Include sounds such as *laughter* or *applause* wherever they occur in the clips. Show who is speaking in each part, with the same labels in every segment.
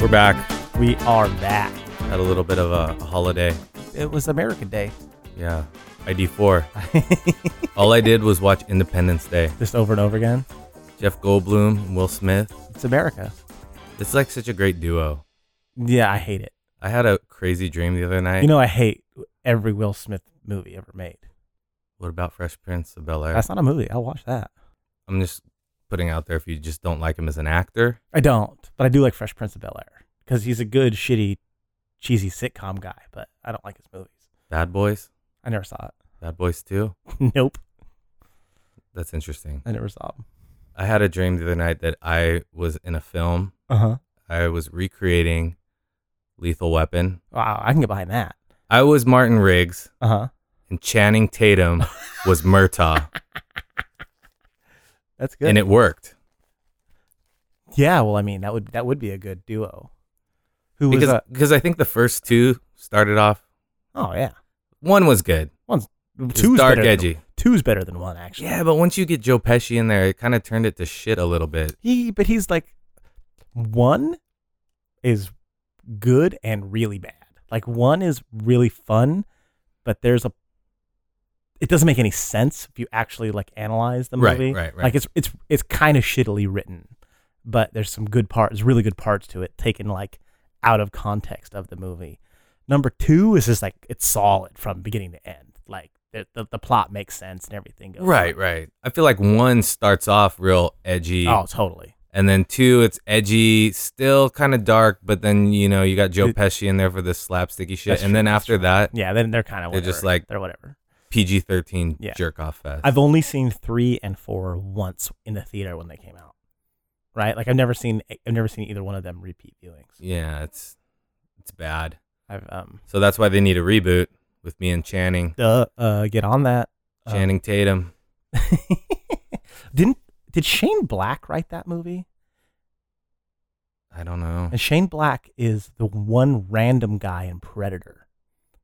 Speaker 1: We're back.
Speaker 2: We are back.
Speaker 1: Had a little bit of a, a holiday.
Speaker 2: It was American Day.
Speaker 1: Yeah.
Speaker 2: *laughs*
Speaker 1: ID4. All I did was watch Independence Day.
Speaker 2: Just over and over again.
Speaker 1: Jeff Goldblum and Will Smith.
Speaker 2: It's America.
Speaker 1: It's like such a great duo.
Speaker 2: Yeah, I hate it.
Speaker 1: I had a crazy dream the other night.
Speaker 2: You know, I hate every Will Smith movie ever made.
Speaker 1: what about Fresh Prince of Bel Air?
Speaker 2: That's not a movie. I'll watch that.
Speaker 1: I'm just putting out there if you just don't like him as an actor.
Speaker 2: I don't, but I do like Fresh Prince of Bel Air because he's a good, shitty, cheesy sitcom guy, but I don't like his movies.
Speaker 1: Bad Boys.
Speaker 2: I never saw *laughs*
Speaker 1: Bad Boys 2.
Speaker 2: it. nope.
Speaker 1: That's interesting.
Speaker 2: I never saw him.
Speaker 1: I had a dream the other night that I was in a film.
Speaker 2: Uh huh.
Speaker 1: I was recreating Lethal Weapon.
Speaker 2: Wow, I can get behind that.
Speaker 1: I was Martin Riggs
Speaker 2: Uh huh.
Speaker 1: and Channing
Speaker 2: *laughs*
Speaker 1: Tatum was Murtaugh
Speaker 2: That's good.
Speaker 1: and it worked.
Speaker 2: yeah, well, I mean, that would that would be a good duo. Who was?
Speaker 1: Because
Speaker 2: Uh,
Speaker 1: because I think the first two started off
Speaker 2: oh yeah,
Speaker 1: one was good. It's
Speaker 2: two's
Speaker 1: dark
Speaker 2: better than-
Speaker 1: edgy.
Speaker 2: two's better than one, actually.
Speaker 1: Yeah, but once you get Joe Pesci in there, it kind of turned it to shit a little bit.
Speaker 2: He, but he's like, one is good and really bad. Like one is really fun, but there's a. It doesn't make any sense if you actually like analyze the
Speaker 1: Right,
Speaker 2: movie.
Speaker 1: right, right.
Speaker 2: Like it's it's it's kind of shittily written, but there's some good parts, really good parts to it, taken like out of context of the movie. Number two is just like it's solid from beginning to end. Like the the, the plot makes sense and everything goes
Speaker 1: Right, right. I feel like one starts off real edgy,
Speaker 2: Oh, totally.
Speaker 1: and then two, it's edgy, still kind of dark, but then you know you got Joe
Speaker 2: It-
Speaker 1: Pesci in there for this slapsticky shit,
Speaker 2: That's
Speaker 1: and then
Speaker 2: true, that's
Speaker 1: after that,
Speaker 2: Yeah, then they're kind of
Speaker 1: They're just like-
Speaker 2: they're whatever.
Speaker 1: PG thirteen
Speaker 2: Yeah.
Speaker 1: jerk off fest.
Speaker 2: I've only seen three and four once in the theater when they came out. Right? Like I've never seen I've never seen either one of them repeat viewings.
Speaker 1: yeah, it's it's bad.
Speaker 2: I've um
Speaker 1: So that's why they need a reboot with me and Channing,
Speaker 2: uh, uh get on that. Um,
Speaker 1: Channing Tatum.
Speaker 2: *laughs* didn't did Shane Black write that movie?
Speaker 1: I don't know.
Speaker 2: And Shane Black is the one random guy in Predator.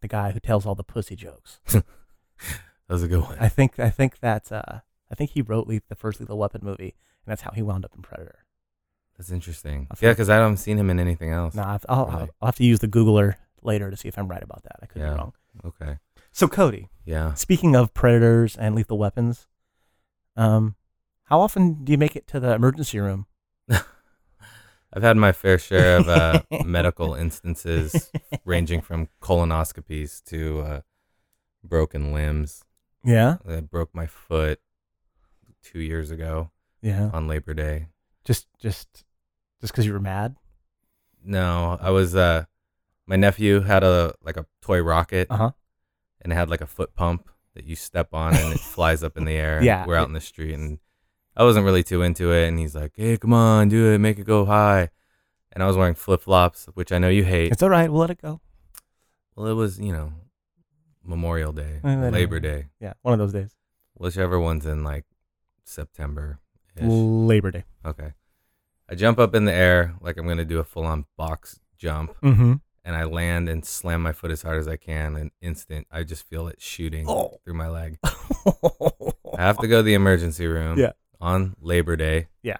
Speaker 2: The guy who tells all the pussy jokes.
Speaker 1: That was a good one.
Speaker 2: I think I think that's uh I think he wrote Le- the first Lethal Weapon movie and that's how he wound up in Predator.
Speaker 1: That's interesting.
Speaker 2: I feel-
Speaker 1: Yeah, because I haven't seen him in anything else.
Speaker 2: No, I've, I'll, I'll,
Speaker 1: Really?
Speaker 2: I'll have to use the Googler later to see if I'm right about that. I could
Speaker 1: Yeah.
Speaker 2: be wrong.
Speaker 1: Okay.
Speaker 2: So Cody,
Speaker 1: Yeah.
Speaker 2: Speaking of predators and lethal weapons, um, how often do you make it to the emergency room?
Speaker 1: I've had my fair share of
Speaker 2: *laughs*
Speaker 1: uh, medical instances, ranging from colonoscopies to uh, broken limbs.
Speaker 2: Yeah,
Speaker 1: I broke my foot two years ago
Speaker 2: yeah.
Speaker 1: on Labor Day.
Speaker 2: Just, just, just because you were mad.
Speaker 1: No, I was. Uh, my nephew had a like a toy rocket,
Speaker 2: Uh huh.
Speaker 1: and it had like a foot pump that you step on
Speaker 2: *laughs*
Speaker 1: and it flies up in the air.
Speaker 2: Yeah.
Speaker 1: We're out in the street and I wasn't really too into it. And he's like, hey, come on, do it, make it go high. And I was wearing flip flops, which I know you hate.
Speaker 2: It's all right. We'll let it go.
Speaker 1: Well, it was, you know, Memorial Day,
Speaker 2: I know.
Speaker 1: Labor Day,
Speaker 2: Yeah, one of those days.
Speaker 1: whichever one's in like September.
Speaker 2: Labor Day.
Speaker 1: Okay. I jump up in the air like I'm going to do a full on box jump.
Speaker 2: *laughs* Mm-hmm.
Speaker 1: And I land and slam my foot as hard as I can. And instant, I just feel it shooting
Speaker 2: Oh.
Speaker 1: through my leg. I have to go to the emergency room.
Speaker 2: Yeah.
Speaker 1: On Labor Day.
Speaker 2: Yeah.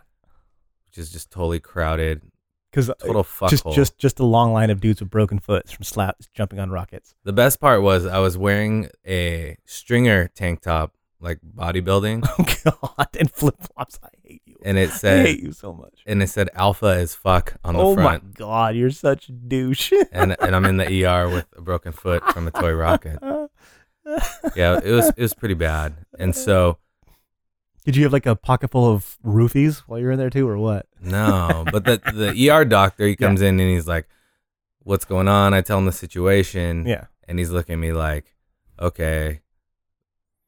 Speaker 1: Which is just totally crowded.
Speaker 2: Because
Speaker 1: Total fuckhole.
Speaker 2: just, just, just a long line of dudes with broken foots from slaps jumping on rockets. *laughs*
Speaker 1: the best part was I was wearing a stringer tank top, like
Speaker 2: *laughs*
Speaker 1: bodybuilding,
Speaker 2: Oh God! And flip flops. I hate you.
Speaker 1: and it
Speaker 2: I
Speaker 1: said
Speaker 2: hate you so much.
Speaker 1: and it said alpha as fuck on the
Speaker 2: oh
Speaker 1: front.
Speaker 2: my God! You're such a douche.
Speaker 1: And and I'm in the ER with a broken foot from a
Speaker 2: *laughs*
Speaker 1: toy rocket. Yeah, it was it was pretty bad. And so
Speaker 2: Did you have like a pocket full of roofies while you were in there too, or what?
Speaker 1: No, but the the ER doctor he
Speaker 2: Yeah.
Speaker 1: comes in and he's like, "What's going on?" I tell him the situation.
Speaker 2: *laughs* Yeah.
Speaker 1: and he's looking at me like, "Okay,"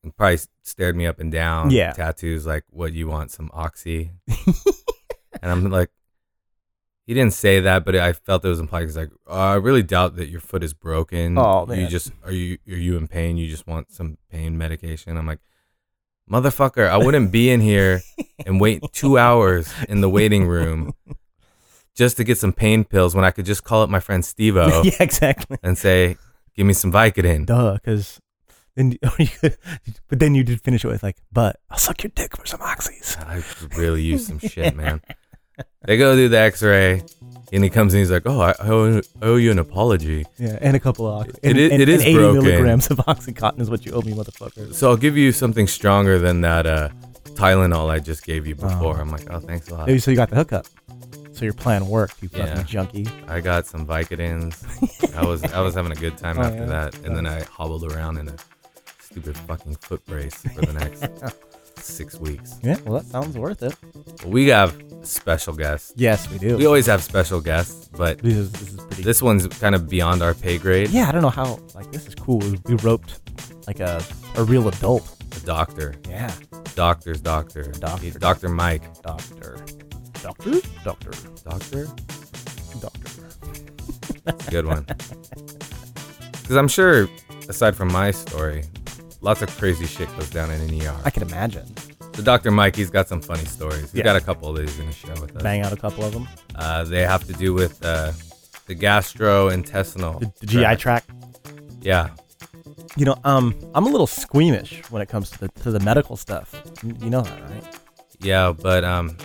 Speaker 1: and probably stared me up and down.
Speaker 2: Yeah.
Speaker 1: tattoos like, "What you want? Some oxy?" and I'm *laughs* like, he didn't say that, but I felt it was implied. He's like, "Oh, "I really doubt that your foot is broken.
Speaker 2: Oh,
Speaker 1: you
Speaker 2: man.
Speaker 1: just are you are you in pain? You just want some pain medication?" I'm like. Motherfucker, I wouldn't be in here and wait two hours in the waiting room
Speaker 2: *laughs*
Speaker 1: just to get some pain pills when I could just call up my friend Steve O
Speaker 2: yeah, exactly.
Speaker 1: and say, Give me some Vicodin.
Speaker 2: duh, because then, *laughs* or you could, but then you did finish it with like, but I'll suck your dick for some oxys.
Speaker 1: I could really use some shit, man. They go do the X-ray, and he comes and he's like, "Oh, I owe, I owe you an apology."
Speaker 2: Yeah, and a couple of oxys.
Speaker 1: It
Speaker 2: And,
Speaker 1: is-
Speaker 2: and-
Speaker 1: it
Speaker 2: and
Speaker 1: is
Speaker 2: 80
Speaker 1: broken.
Speaker 2: milligrams of oxycontin is what you owe me, motherfucker.
Speaker 1: So I'll give you something stronger than that uh, Tylenol I just gave you before. I'm like, "Oh, thanks a lot.
Speaker 2: Maybe so you got the hookup. So your plan worked, you fucking
Speaker 1: Yeah.
Speaker 2: junkie.
Speaker 1: I got some Vicodins. I was I was having a good time
Speaker 2: *laughs* Oh,
Speaker 1: after
Speaker 2: yeah.
Speaker 1: that, and then I hobbled around in a stupid fucking foot brace for the next
Speaker 2: *laughs*
Speaker 1: six weeks.
Speaker 2: Yeah, well, that sounds worth it.
Speaker 1: We have a special guests.
Speaker 2: Yes, we do.
Speaker 1: We always have special guests, but
Speaker 2: this, is, this is pretty.
Speaker 1: this one's kind of beyond our pay grade.
Speaker 2: yeah, I don't know how. Like, this is cool. We, we roped like a, a real adult.
Speaker 1: A doctor,
Speaker 2: Yeah.
Speaker 1: doctor's doctor,
Speaker 2: Doctor.
Speaker 1: Doctor Mike,
Speaker 2: Doctor. Doctor? Doctor.
Speaker 1: doctor.
Speaker 2: Doctor.
Speaker 1: It's a good
Speaker 2: *laughs*
Speaker 1: one. Because I'm sure, aside from my story, lots of crazy shit goes down in an ER.
Speaker 2: I can imagine.
Speaker 1: So Dr. Mike, he's got some funny stories. He's
Speaker 2: Yeah.
Speaker 1: got a couple that he's going to share with us.
Speaker 2: Bang out a couple of them.
Speaker 1: Uh, they have to do with uh, the gastrointestinal.
Speaker 2: The, the GI tract.
Speaker 1: Yeah.
Speaker 2: You know, um, I'm a little squeamish when it comes to the, to the medical stuff. You you know that, right? *laughs*
Speaker 1: Yeah, but um,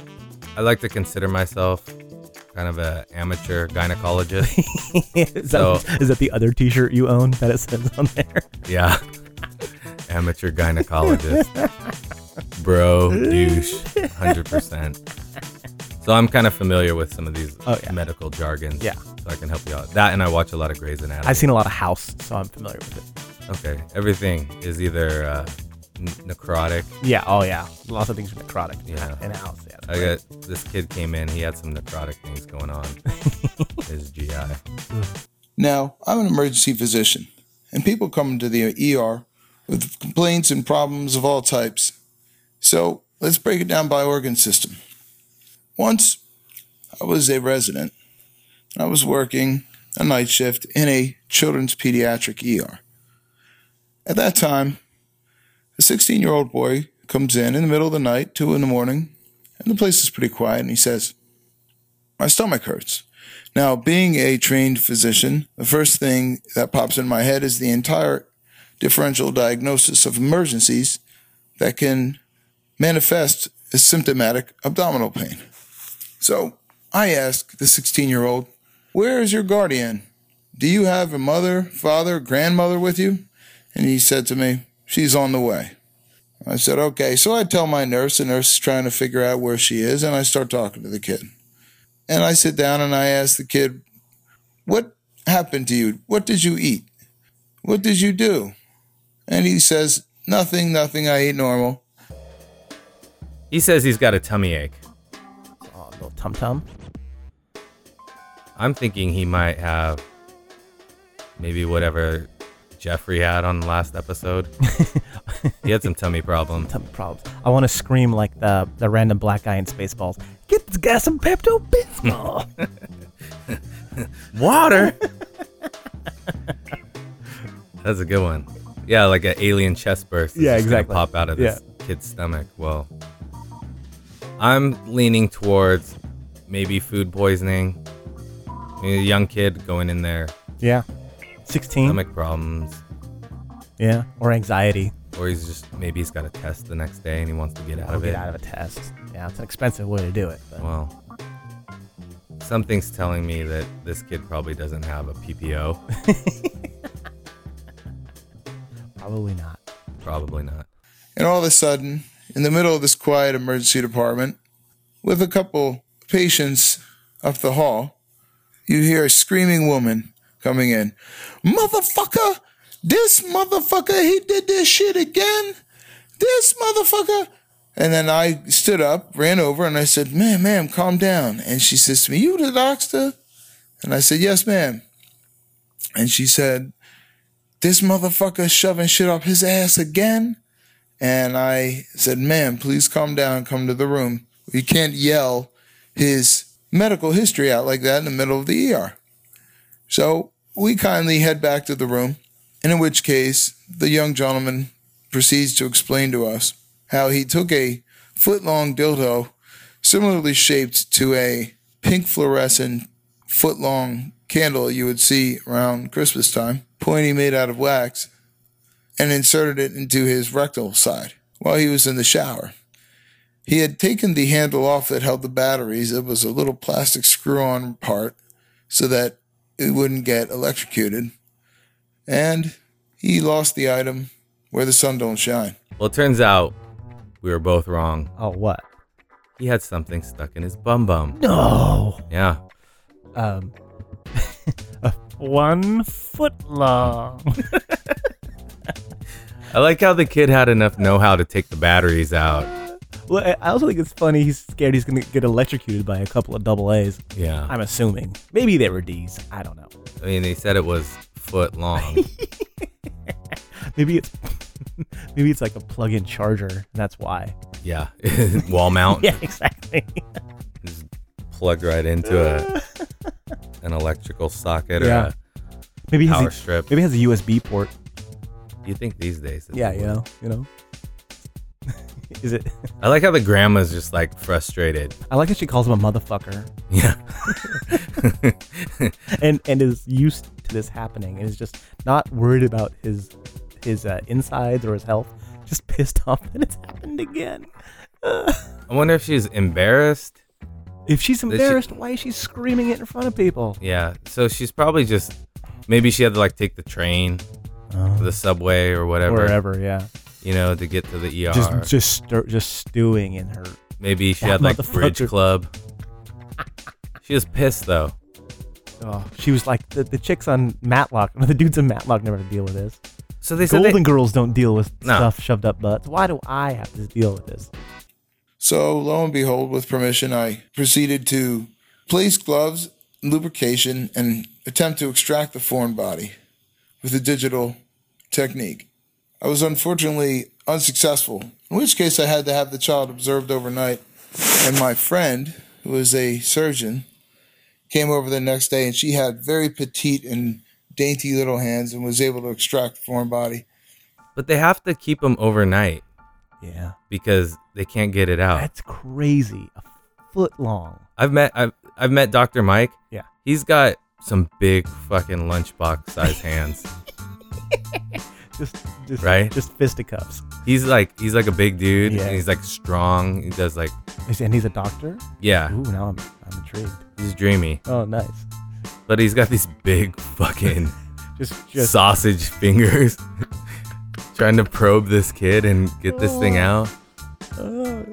Speaker 1: I like to consider myself kind of a amateur gynecologist.
Speaker 2: is,
Speaker 1: So-
Speaker 2: that, is that the other T-shirt you own that it says on there?
Speaker 1: yeah. *laughs* amateur gynecologist. Bro, douche, 100%. So I'm kind of familiar with some of these
Speaker 2: Oh, yeah.
Speaker 1: medical jargons.
Speaker 2: Yeah.
Speaker 1: So I can help you out. That and I watch a lot of Grey's Anatomy.
Speaker 2: I've seen a lot of House, so I'm familiar with it.
Speaker 1: Okay, everything is either uh, n- necrotic.
Speaker 2: Yeah. Oh yeah. Lots of things are necrotic.
Speaker 1: Yeah.
Speaker 2: In House. Yeah.
Speaker 1: I got this kid came in. He had some necrotic things going
Speaker 2: *laughs*
Speaker 1: on. His GI.
Speaker 3: Now, I'm an emergency physician, and people come to the ER with complaints and problems of all types. So let's break it down by organ system. Once, I was a resident. I was working a night shift in a children's pediatric ER. At that time, a 16 year old boy comes in in the middle of the night, 2 in the morning, and the place is pretty quiet, and he says, My stomach hurts. Now, being a trained physician, the first thing that pops in my head is the entire differential diagnosis of emergencies that can manifest as symptomatic abdominal pain. So I ask the 16 year old, Where is your guardian? Do you have a mother, father, grandmother with you? And he said to me, She's on the way. I said, Okay. So I tell my nurse, the nurse is trying to figure out where she is, and I start talking to the kid. And I sit down and I ask the kid, What happened to you? What did you eat? What did you do? And he says, Nothing, nothing. I ate normal.
Speaker 1: He says he's got a tummy ache.
Speaker 2: Oh, little tum tum.
Speaker 1: I'm thinking he might have maybe whatever Jeffrey had on the last episode. he had some tummy problem.
Speaker 2: *laughs* Tum problems. I want to scream like the the random black guy in Spaceballs. Get this guy some Pepto Bismol.
Speaker 1: Water. That's a good one. Yeah, like an alien chest burst. is
Speaker 2: Yeah,
Speaker 1: just gonna
Speaker 2: exactly.
Speaker 1: Pop out of this kid's stomach. Well, I'm leaning towards maybe food poisoning. A young kid going in there,
Speaker 2: yeah. Sixteen.
Speaker 1: stomach problems,
Speaker 2: Yeah. Or anxiety.
Speaker 1: or he's just maybe he's got a test the next day and he wants to get out
Speaker 2: I'll
Speaker 1: of
Speaker 2: get
Speaker 1: it.
Speaker 2: out of a test. Yeah, it's an expensive way to do it. But
Speaker 1: Well, something's telling me that this kid probably doesn't have a PPO.
Speaker 2: probably not.
Speaker 1: *laughs* probably not.
Speaker 3: And all of a sudden, in the middle of this quiet emergency department, with a couple patients up the hall, you hear a screaming woman coming in. Motherfucker! This motherfucker, he did this shit again! This motherfucker! And then I stood up, ran over, and I said, Ma'am, ma'am, calm down. And she says to me, You the doctor? And I said, Yes, ma'am. And she said, This motherfucker shoving shit up his ass again? And I said, ma'am, please calm down, come to the room. You can't yell his medical history out like that in the middle of the ER. So we kindly head back to the room, and in which case the young gentleman proceeds to explain to us how he took a foot long dildo similarly shaped to a pink fluorescent foot long candle you would see around Christmas time pointy made out of wax, and inserted it into his rectal side while he was in the shower. He had taken the handle off that held the batteries. It was a little plastic screw on part so that it wouldn't get electrocuted. And he lost the item where the sun don't shine.
Speaker 1: Well, it turns out we were both wrong.
Speaker 2: Oh, what?
Speaker 1: He had something stuck in his bum bum.
Speaker 2: No.
Speaker 1: Yeah.
Speaker 2: *laughs* Um, one foot long.
Speaker 1: I like how the kid had enough know how to take the batteries out.
Speaker 2: *laughs* Well, I- I also think it's funny. He's scared he's gonna get electrocuted by a couple of double A's.
Speaker 1: Yeah.
Speaker 2: I'm assuming. Maybe they were D's. I don't know.
Speaker 1: I mean, they said it was foot
Speaker 2: *laughs*
Speaker 1: long.
Speaker 2: Maybe it's *laughs* maybe it's like a plug-in charger. and That's why.
Speaker 1: yeah. *laughs* Wall mount.
Speaker 2: *laughs* Yeah, exactly.
Speaker 1: Just plugged right into a, an electrical socket or
Speaker 2: Yeah. Maybe
Speaker 1: a
Speaker 2: he's
Speaker 1: power
Speaker 2: a,
Speaker 1: strip.
Speaker 2: maybe it has a USB port.
Speaker 1: You think these days? that
Speaker 2: Yeah,
Speaker 1: they
Speaker 2: you
Speaker 1: would.
Speaker 2: know, you know. *laughs* Is it?
Speaker 1: I like how the grandma's just like frustrated. *laughs*
Speaker 2: I like that she calls him a motherfucker,
Speaker 1: Yeah.
Speaker 2: *laughs* and and is used to this happening, and is just not worried about his his uh, insides or his health. Just pissed *laughs* off that it's happened again.
Speaker 1: I wonder if she's embarrassed.
Speaker 2: If she's
Speaker 1: she-
Speaker 2: embarrassed, why is she screaming it in front of people?
Speaker 1: Yeah. So she's probably just maybe she had to like take the train, or the subway or whatever,
Speaker 2: Oh. Wherever, yeah.
Speaker 1: you know, to get to the ER.
Speaker 2: Just just stir, just stewing in her.
Speaker 1: maybe she had
Speaker 2: that
Speaker 1: like bridge
Speaker 2: motherfucker.
Speaker 1: club. She was pissed though.
Speaker 2: Oh, she was like the, the chicks on Matlock. *laughs* The dudes in Matlock never have to deal with this.
Speaker 1: So they said they,
Speaker 2: Golden Girls don't deal with
Speaker 1: No.
Speaker 2: stuff shoved up butts. Why do I have to deal with this?
Speaker 3: So, lo and behold, with permission, I proceeded to place gloves, lubrication, and attempt to extract the foreign body with a digital technique. I was unfortunately unsuccessful, in which case I had to have the child observed overnight. And my friend, who is a surgeon, came over the next day and she had very petite and dainty little hands and was able to extract the foreign body.
Speaker 1: but they have to keep them overnight
Speaker 2: Yeah,
Speaker 1: because they can't get it out.
Speaker 2: that's crazy. A foot long.
Speaker 1: I've met I've, I've met Dr. Mike.
Speaker 2: Yeah.
Speaker 1: He's got some big fucking lunchbox
Speaker 2: *laughs*
Speaker 1: size hands.
Speaker 2: Just just
Speaker 1: Right?
Speaker 2: Just fisticuffs.
Speaker 1: He's like he's like a big dude
Speaker 2: Yeah.
Speaker 1: and he's like strong. He does like
Speaker 2: Is- And he's a doctor.
Speaker 1: yeah,
Speaker 2: Ooh, now I'm I'm intrigued.
Speaker 1: he's dreamy.
Speaker 2: Oh, nice.
Speaker 1: But he's got these big *laughs* fucking
Speaker 2: Just just
Speaker 1: sausage fingers *laughs* trying to probe this kid and get this thing
Speaker 2: Oh.
Speaker 1: out.
Speaker 2: uh,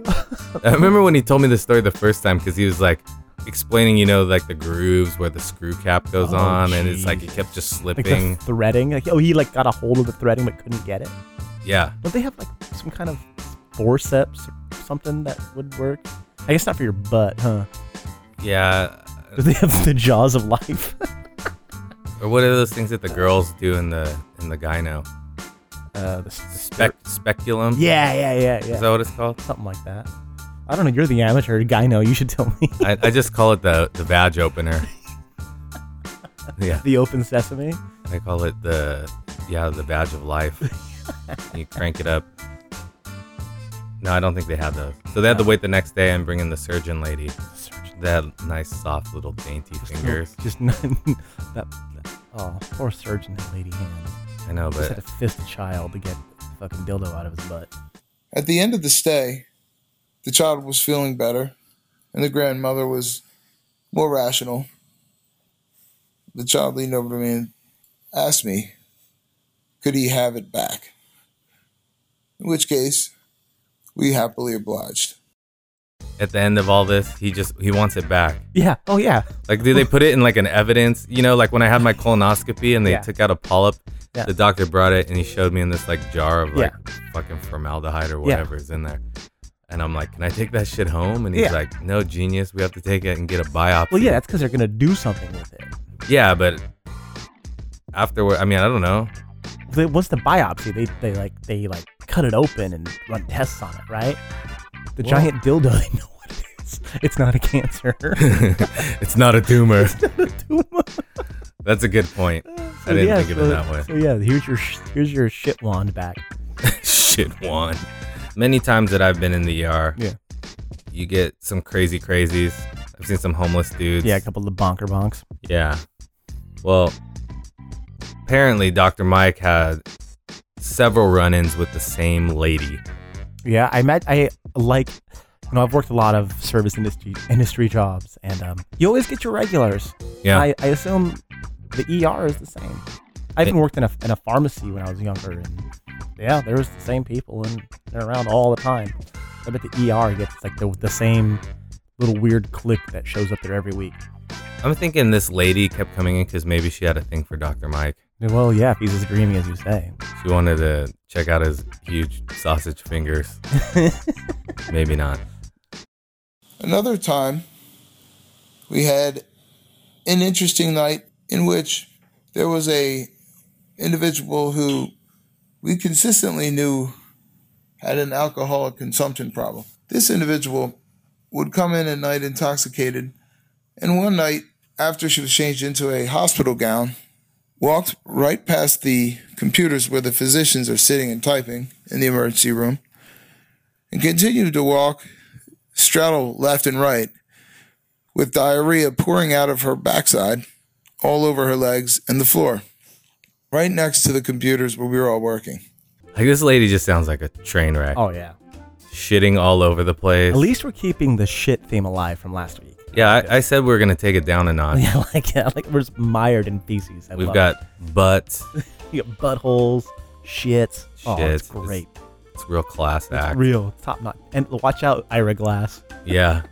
Speaker 1: I remember when he told me this story the first time because he was like explaining, you know, like the grooves where the screw cap goes
Speaker 2: Oh,
Speaker 1: on and it's like it
Speaker 2: Jesus.
Speaker 1: kept just
Speaker 2: like the
Speaker 1: slipping.
Speaker 2: threading. Like oh, he like got a hold of the threading but couldn't get it.
Speaker 1: yeah.
Speaker 2: Don't they have like some kind of forceps or something that would work? I guess not for your butt, huh?
Speaker 1: Yeah.
Speaker 2: Do they have the jaws of life?
Speaker 1: Or what are those things that the girls do in the in the gyno?
Speaker 2: *laughs* Uh, the, s- the
Speaker 1: Spec speculum?
Speaker 2: Yeah, yeah, yeah, yeah.
Speaker 1: Is that what it's called?
Speaker 2: Something like that. I don't know. You're the amateur guy. No, you should tell me. *laughs*
Speaker 1: I, I just call it the the badge opener. *laughs* Yeah.
Speaker 2: the open sesame.
Speaker 1: I call it the yeah the badge of life. you crank it up. No, I don't think they had those. So they had to wait the next day and bring in the surgeon lady. They had nice, soft, little dainty fingers.
Speaker 2: Just *laughs* none. That, that- oh, poor surgeon that lady hand.
Speaker 1: I know,
Speaker 2: Just had to
Speaker 1: but
Speaker 2: fist a child to get the fucking dildo out of his butt.
Speaker 3: At the end of the stay, the child was feeling better, and the grandmother was more rational. The child leaned over to me and asked me, could he have it back? In which case, we happily obliged.
Speaker 1: at the end of all this, he just he wants it back.
Speaker 2: Yeah. Oh yeah.
Speaker 1: Like, do they put it in like an evidence? You know, like when I had my colonoscopy and they
Speaker 2: Yeah.
Speaker 1: took out a polyp,
Speaker 2: Yeah.
Speaker 1: the doctor brought it and he showed me in this like jar of
Speaker 2: Yeah.
Speaker 1: like fucking formaldehyde or
Speaker 2: Yeah.
Speaker 1: whatever is in there. And I'm like, can I take that shit home? And he's
Speaker 2: Yeah.
Speaker 1: like, no, genius, we have to take it and get a biopsy.
Speaker 2: Well, yeah. That's because they're gonna do something with it.
Speaker 1: Yeah, but afterward, I mean, I don't know. *laughs*
Speaker 2: They, once the biopsy, they, they like they like cut it open and run tests on it, right? The
Speaker 1: Well-
Speaker 2: giant dildo. *laughs* They know what it is. It's not a cancer. *laughs*
Speaker 1: it's not a tumor. That's a good point. I didn't
Speaker 2: yeah,
Speaker 1: think of
Speaker 2: so-
Speaker 1: it that way.
Speaker 2: So yeah, here's your sh- here's your shit wand back.
Speaker 1: *laughs* shit one. Many times that I've been in the ER,
Speaker 2: Yeah.
Speaker 1: you get some crazy crazies. I've seen some homeless dudes.
Speaker 2: Yeah, a couple of bonker bonks.
Speaker 1: Yeah. Well, apparently Dr. Mike had several run-ins with the same lady.
Speaker 2: Yeah, I met I like you know I've worked a lot of service industry industry jobs, and um, you always get your regulars.
Speaker 1: Yeah.
Speaker 2: I, I assume the ER is the same. I even worked in a in a pharmacy when I was younger, and yeah, there was the same people, and they're around all the time. I bet the ER gets like the the same little weird clique that shows up there every week.
Speaker 1: I'm thinking this lady kept coming in because maybe she had a thing for Dr. Mike.
Speaker 2: Well, yeah, if he's as dreamy as you say.
Speaker 1: She wanted to check out his huge sausage
Speaker 2: *laughs*
Speaker 1: fingers. maybe not.
Speaker 3: Another time, we had an interesting night in which there was a individual who we consistently knew had an alcoholic consumption problem. This individual would come in at night intoxicated, and one night after she was changed into a hospital gown, walked right past the computers where the physicians are sitting and typing in the emergency room, and continued to walk straddle left and right, with diarrhea pouring out of her backside, all over her legs and the floor, right next to the computers where we were all working.
Speaker 1: Like this lady just sounds like a train wreck.
Speaker 2: Oh yeah.
Speaker 1: Shitting all over the place.
Speaker 2: At least we're keeping the shit theme alive from last week. *laughs*
Speaker 1: yeah, I, I said we were gonna take it down a notch.
Speaker 2: Yeah, like yeah, like we're just mired in feces. I
Speaker 1: We've
Speaker 2: love
Speaker 1: got butts.
Speaker 2: it. you got buttholes, shits. Oh, it's
Speaker 1: Shits.
Speaker 2: great.
Speaker 1: It's real class
Speaker 2: It's
Speaker 1: act.
Speaker 2: real top notch. And watch out, Ira Glass. *laughs*
Speaker 1: yeah.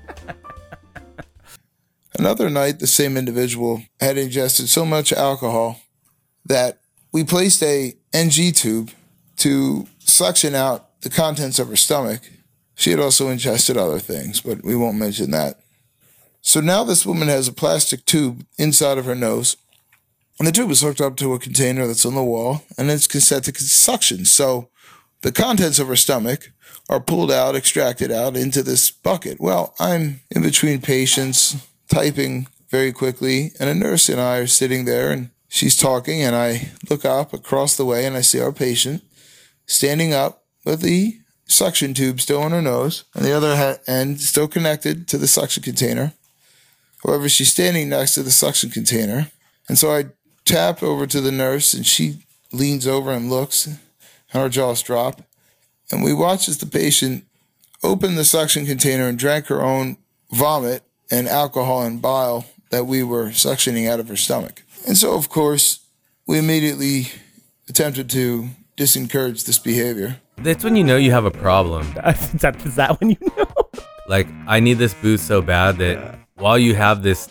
Speaker 3: Another night, the same individual had ingested so much alcohol that we placed a NG tube to suction out the contents of her stomach. She had also ingested other things, but we won't mention that. So now this woman has a plastic tube inside of her nose, and the tube is hooked up to a container that's on the wall, and it's con- set to con- suction. So the contents of her stomach are pulled out, extracted out into this bucket. Well, I'm in between patients, typing very quickly, and a nurse and I are sitting there and she's talking, and I look up across the way and I see our patient standing up with the suction tube still on her nose and the other ha- end still connected to the suction container. However, she's standing next to the suction container. And so I tap over to the nurse and she leans over and looks and her jaws drop and we watched as the patient opened the suction container and drank her own vomit and alcohol and bile that we were suctioning out of her stomach. And so, of course, we immediately attempted to disencourage this behavior.
Speaker 1: That's when you know you have a problem.
Speaker 2: is, that, is that when you know?
Speaker 1: *laughs* Like, I need this booze so bad that while you have this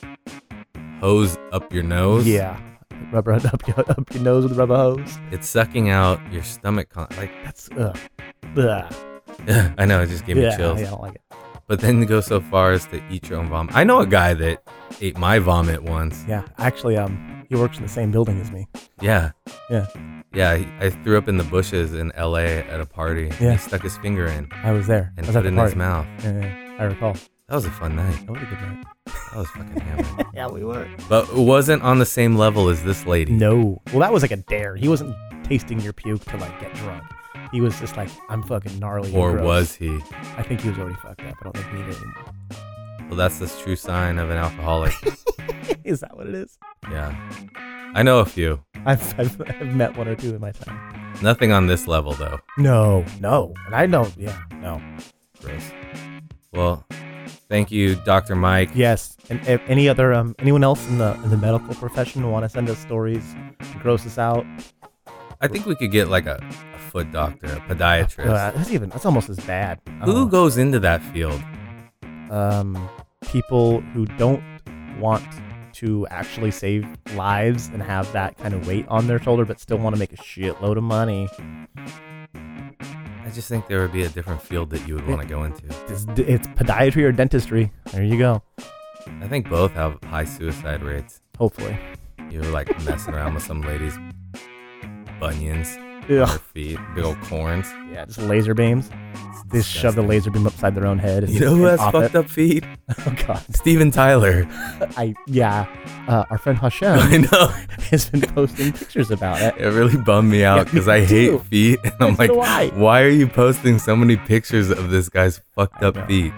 Speaker 1: hose up your nose,
Speaker 2: Yeah. Rubber *laughs* up your, up your nose with a rubber hose.
Speaker 1: it's sucking out your stomach. Con- like, *laughs*
Speaker 2: That's ugh. Ugh.
Speaker 1: I know, it just gave me
Speaker 2: Yeah,
Speaker 1: chills.
Speaker 2: yeah, I don't like it.
Speaker 1: But then to go so far as to eat your own vomit. I know a guy that ate my vomit once.
Speaker 2: Yeah, actually, um, he works in the same building as me.
Speaker 1: Yeah.
Speaker 2: Yeah.
Speaker 1: Yeah. He, I threw up in the bushes in LA at a party. and
Speaker 2: Yeah.
Speaker 1: He stuck his finger in
Speaker 2: I was there.
Speaker 1: and
Speaker 2: I was
Speaker 1: put
Speaker 2: at the
Speaker 1: it in
Speaker 2: party.
Speaker 1: his mouth.
Speaker 2: Yeah, yeah, I recall.
Speaker 1: That was a fun night.
Speaker 2: That was a good night.
Speaker 1: That was fucking hammered.
Speaker 2: *laughs* Yeah, we were.
Speaker 1: but it wasn't on the same level as this lady.
Speaker 2: *laughs* No. Well, that was like a dare. He wasn't tasting your puke to like get drunk. He was just like, I'm fucking gnarly. and
Speaker 1: Or
Speaker 2: gross.
Speaker 1: was he?
Speaker 2: I think he was already fucked up. I don't think he did anymore.
Speaker 1: Well, that's the true sign of an
Speaker 2: *laughs*
Speaker 1: alcoholic.
Speaker 2: is that what it is?
Speaker 1: yeah. I know a few.
Speaker 2: I've, I've, I've met one or two in my time.
Speaker 1: Nothing on this level, though.
Speaker 2: No, no. And I don't, yeah, no.
Speaker 1: Gross. Well, thank you, Dr. Mike.
Speaker 2: Yes. And if any other, um, anyone else in the in the medical profession want to send us stories, gross us out?
Speaker 1: I think we could get like a, a foot doctor, a podiatrist.
Speaker 2: Uh, that's even, that's almost as bad. I
Speaker 1: Who
Speaker 2: don't know.
Speaker 1: goes into that field?
Speaker 2: um, people who don't want to actually save lives and have that kind of weight on their shoulder, but still want to make a shitload of money.
Speaker 1: I just think there would be a different field that you would want to go into.
Speaker 2: It's, it's podiatry or dentistry. There you go.
Speaker 1: I think both have high suicide rates.
Speaker 2: Hopefully.
Speaker 1: You're like messing around with some lady's bunions, her
Speaker 2: Ugh.
Speaker 1: feet, big old corns.
Speaker 2: Yeah, just laser beams. They shove the
Speaker 1: disgusting.
Speaker 2: laser beam upside their own
Speaker 1: *laughs*
Speaker 2: head.
Speaker 1: You know who has fucked up feet?
Speaker 2: *laughs* Oh god.
Speaker 1: Steven Tyler. *laughs*
Speaker 2: I yeah. Uh, our friend
Speaker 1: I *laughs*
Speaker 2: Hashem
Speaker 1: know.
Speaker 2: has been posting pictures about it.
Speaker 1: It really bummed me out
Speaker 2: Yeah,
Speaker 1: because
Speaker 2: me
Speaker 1: I
Speaker 2: too.
Speaker 1: hate feet. *laughs* And I'm
Speaker 2: So
Speaker 1: like,
Speaker 2: do I.
Speaker 1: why are you posting so many pictures of this guy's fucked
Speaker 2: I
Speaker 1: up
Speaker 2: know.
Speaker 1: feet?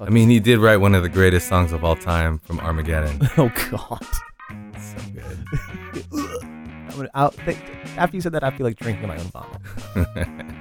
Speaker 1: I
Speaker 2: *laughs*
Speaker 1: mean, he did write one of the greatest songs of all time from Armageddon.
Speaker 2: Oh god.
Speaker 1: so good. *laughs*
Speaker 2: I'm gonna, I'll, th- after you said that, I feel like drinking my own vomit.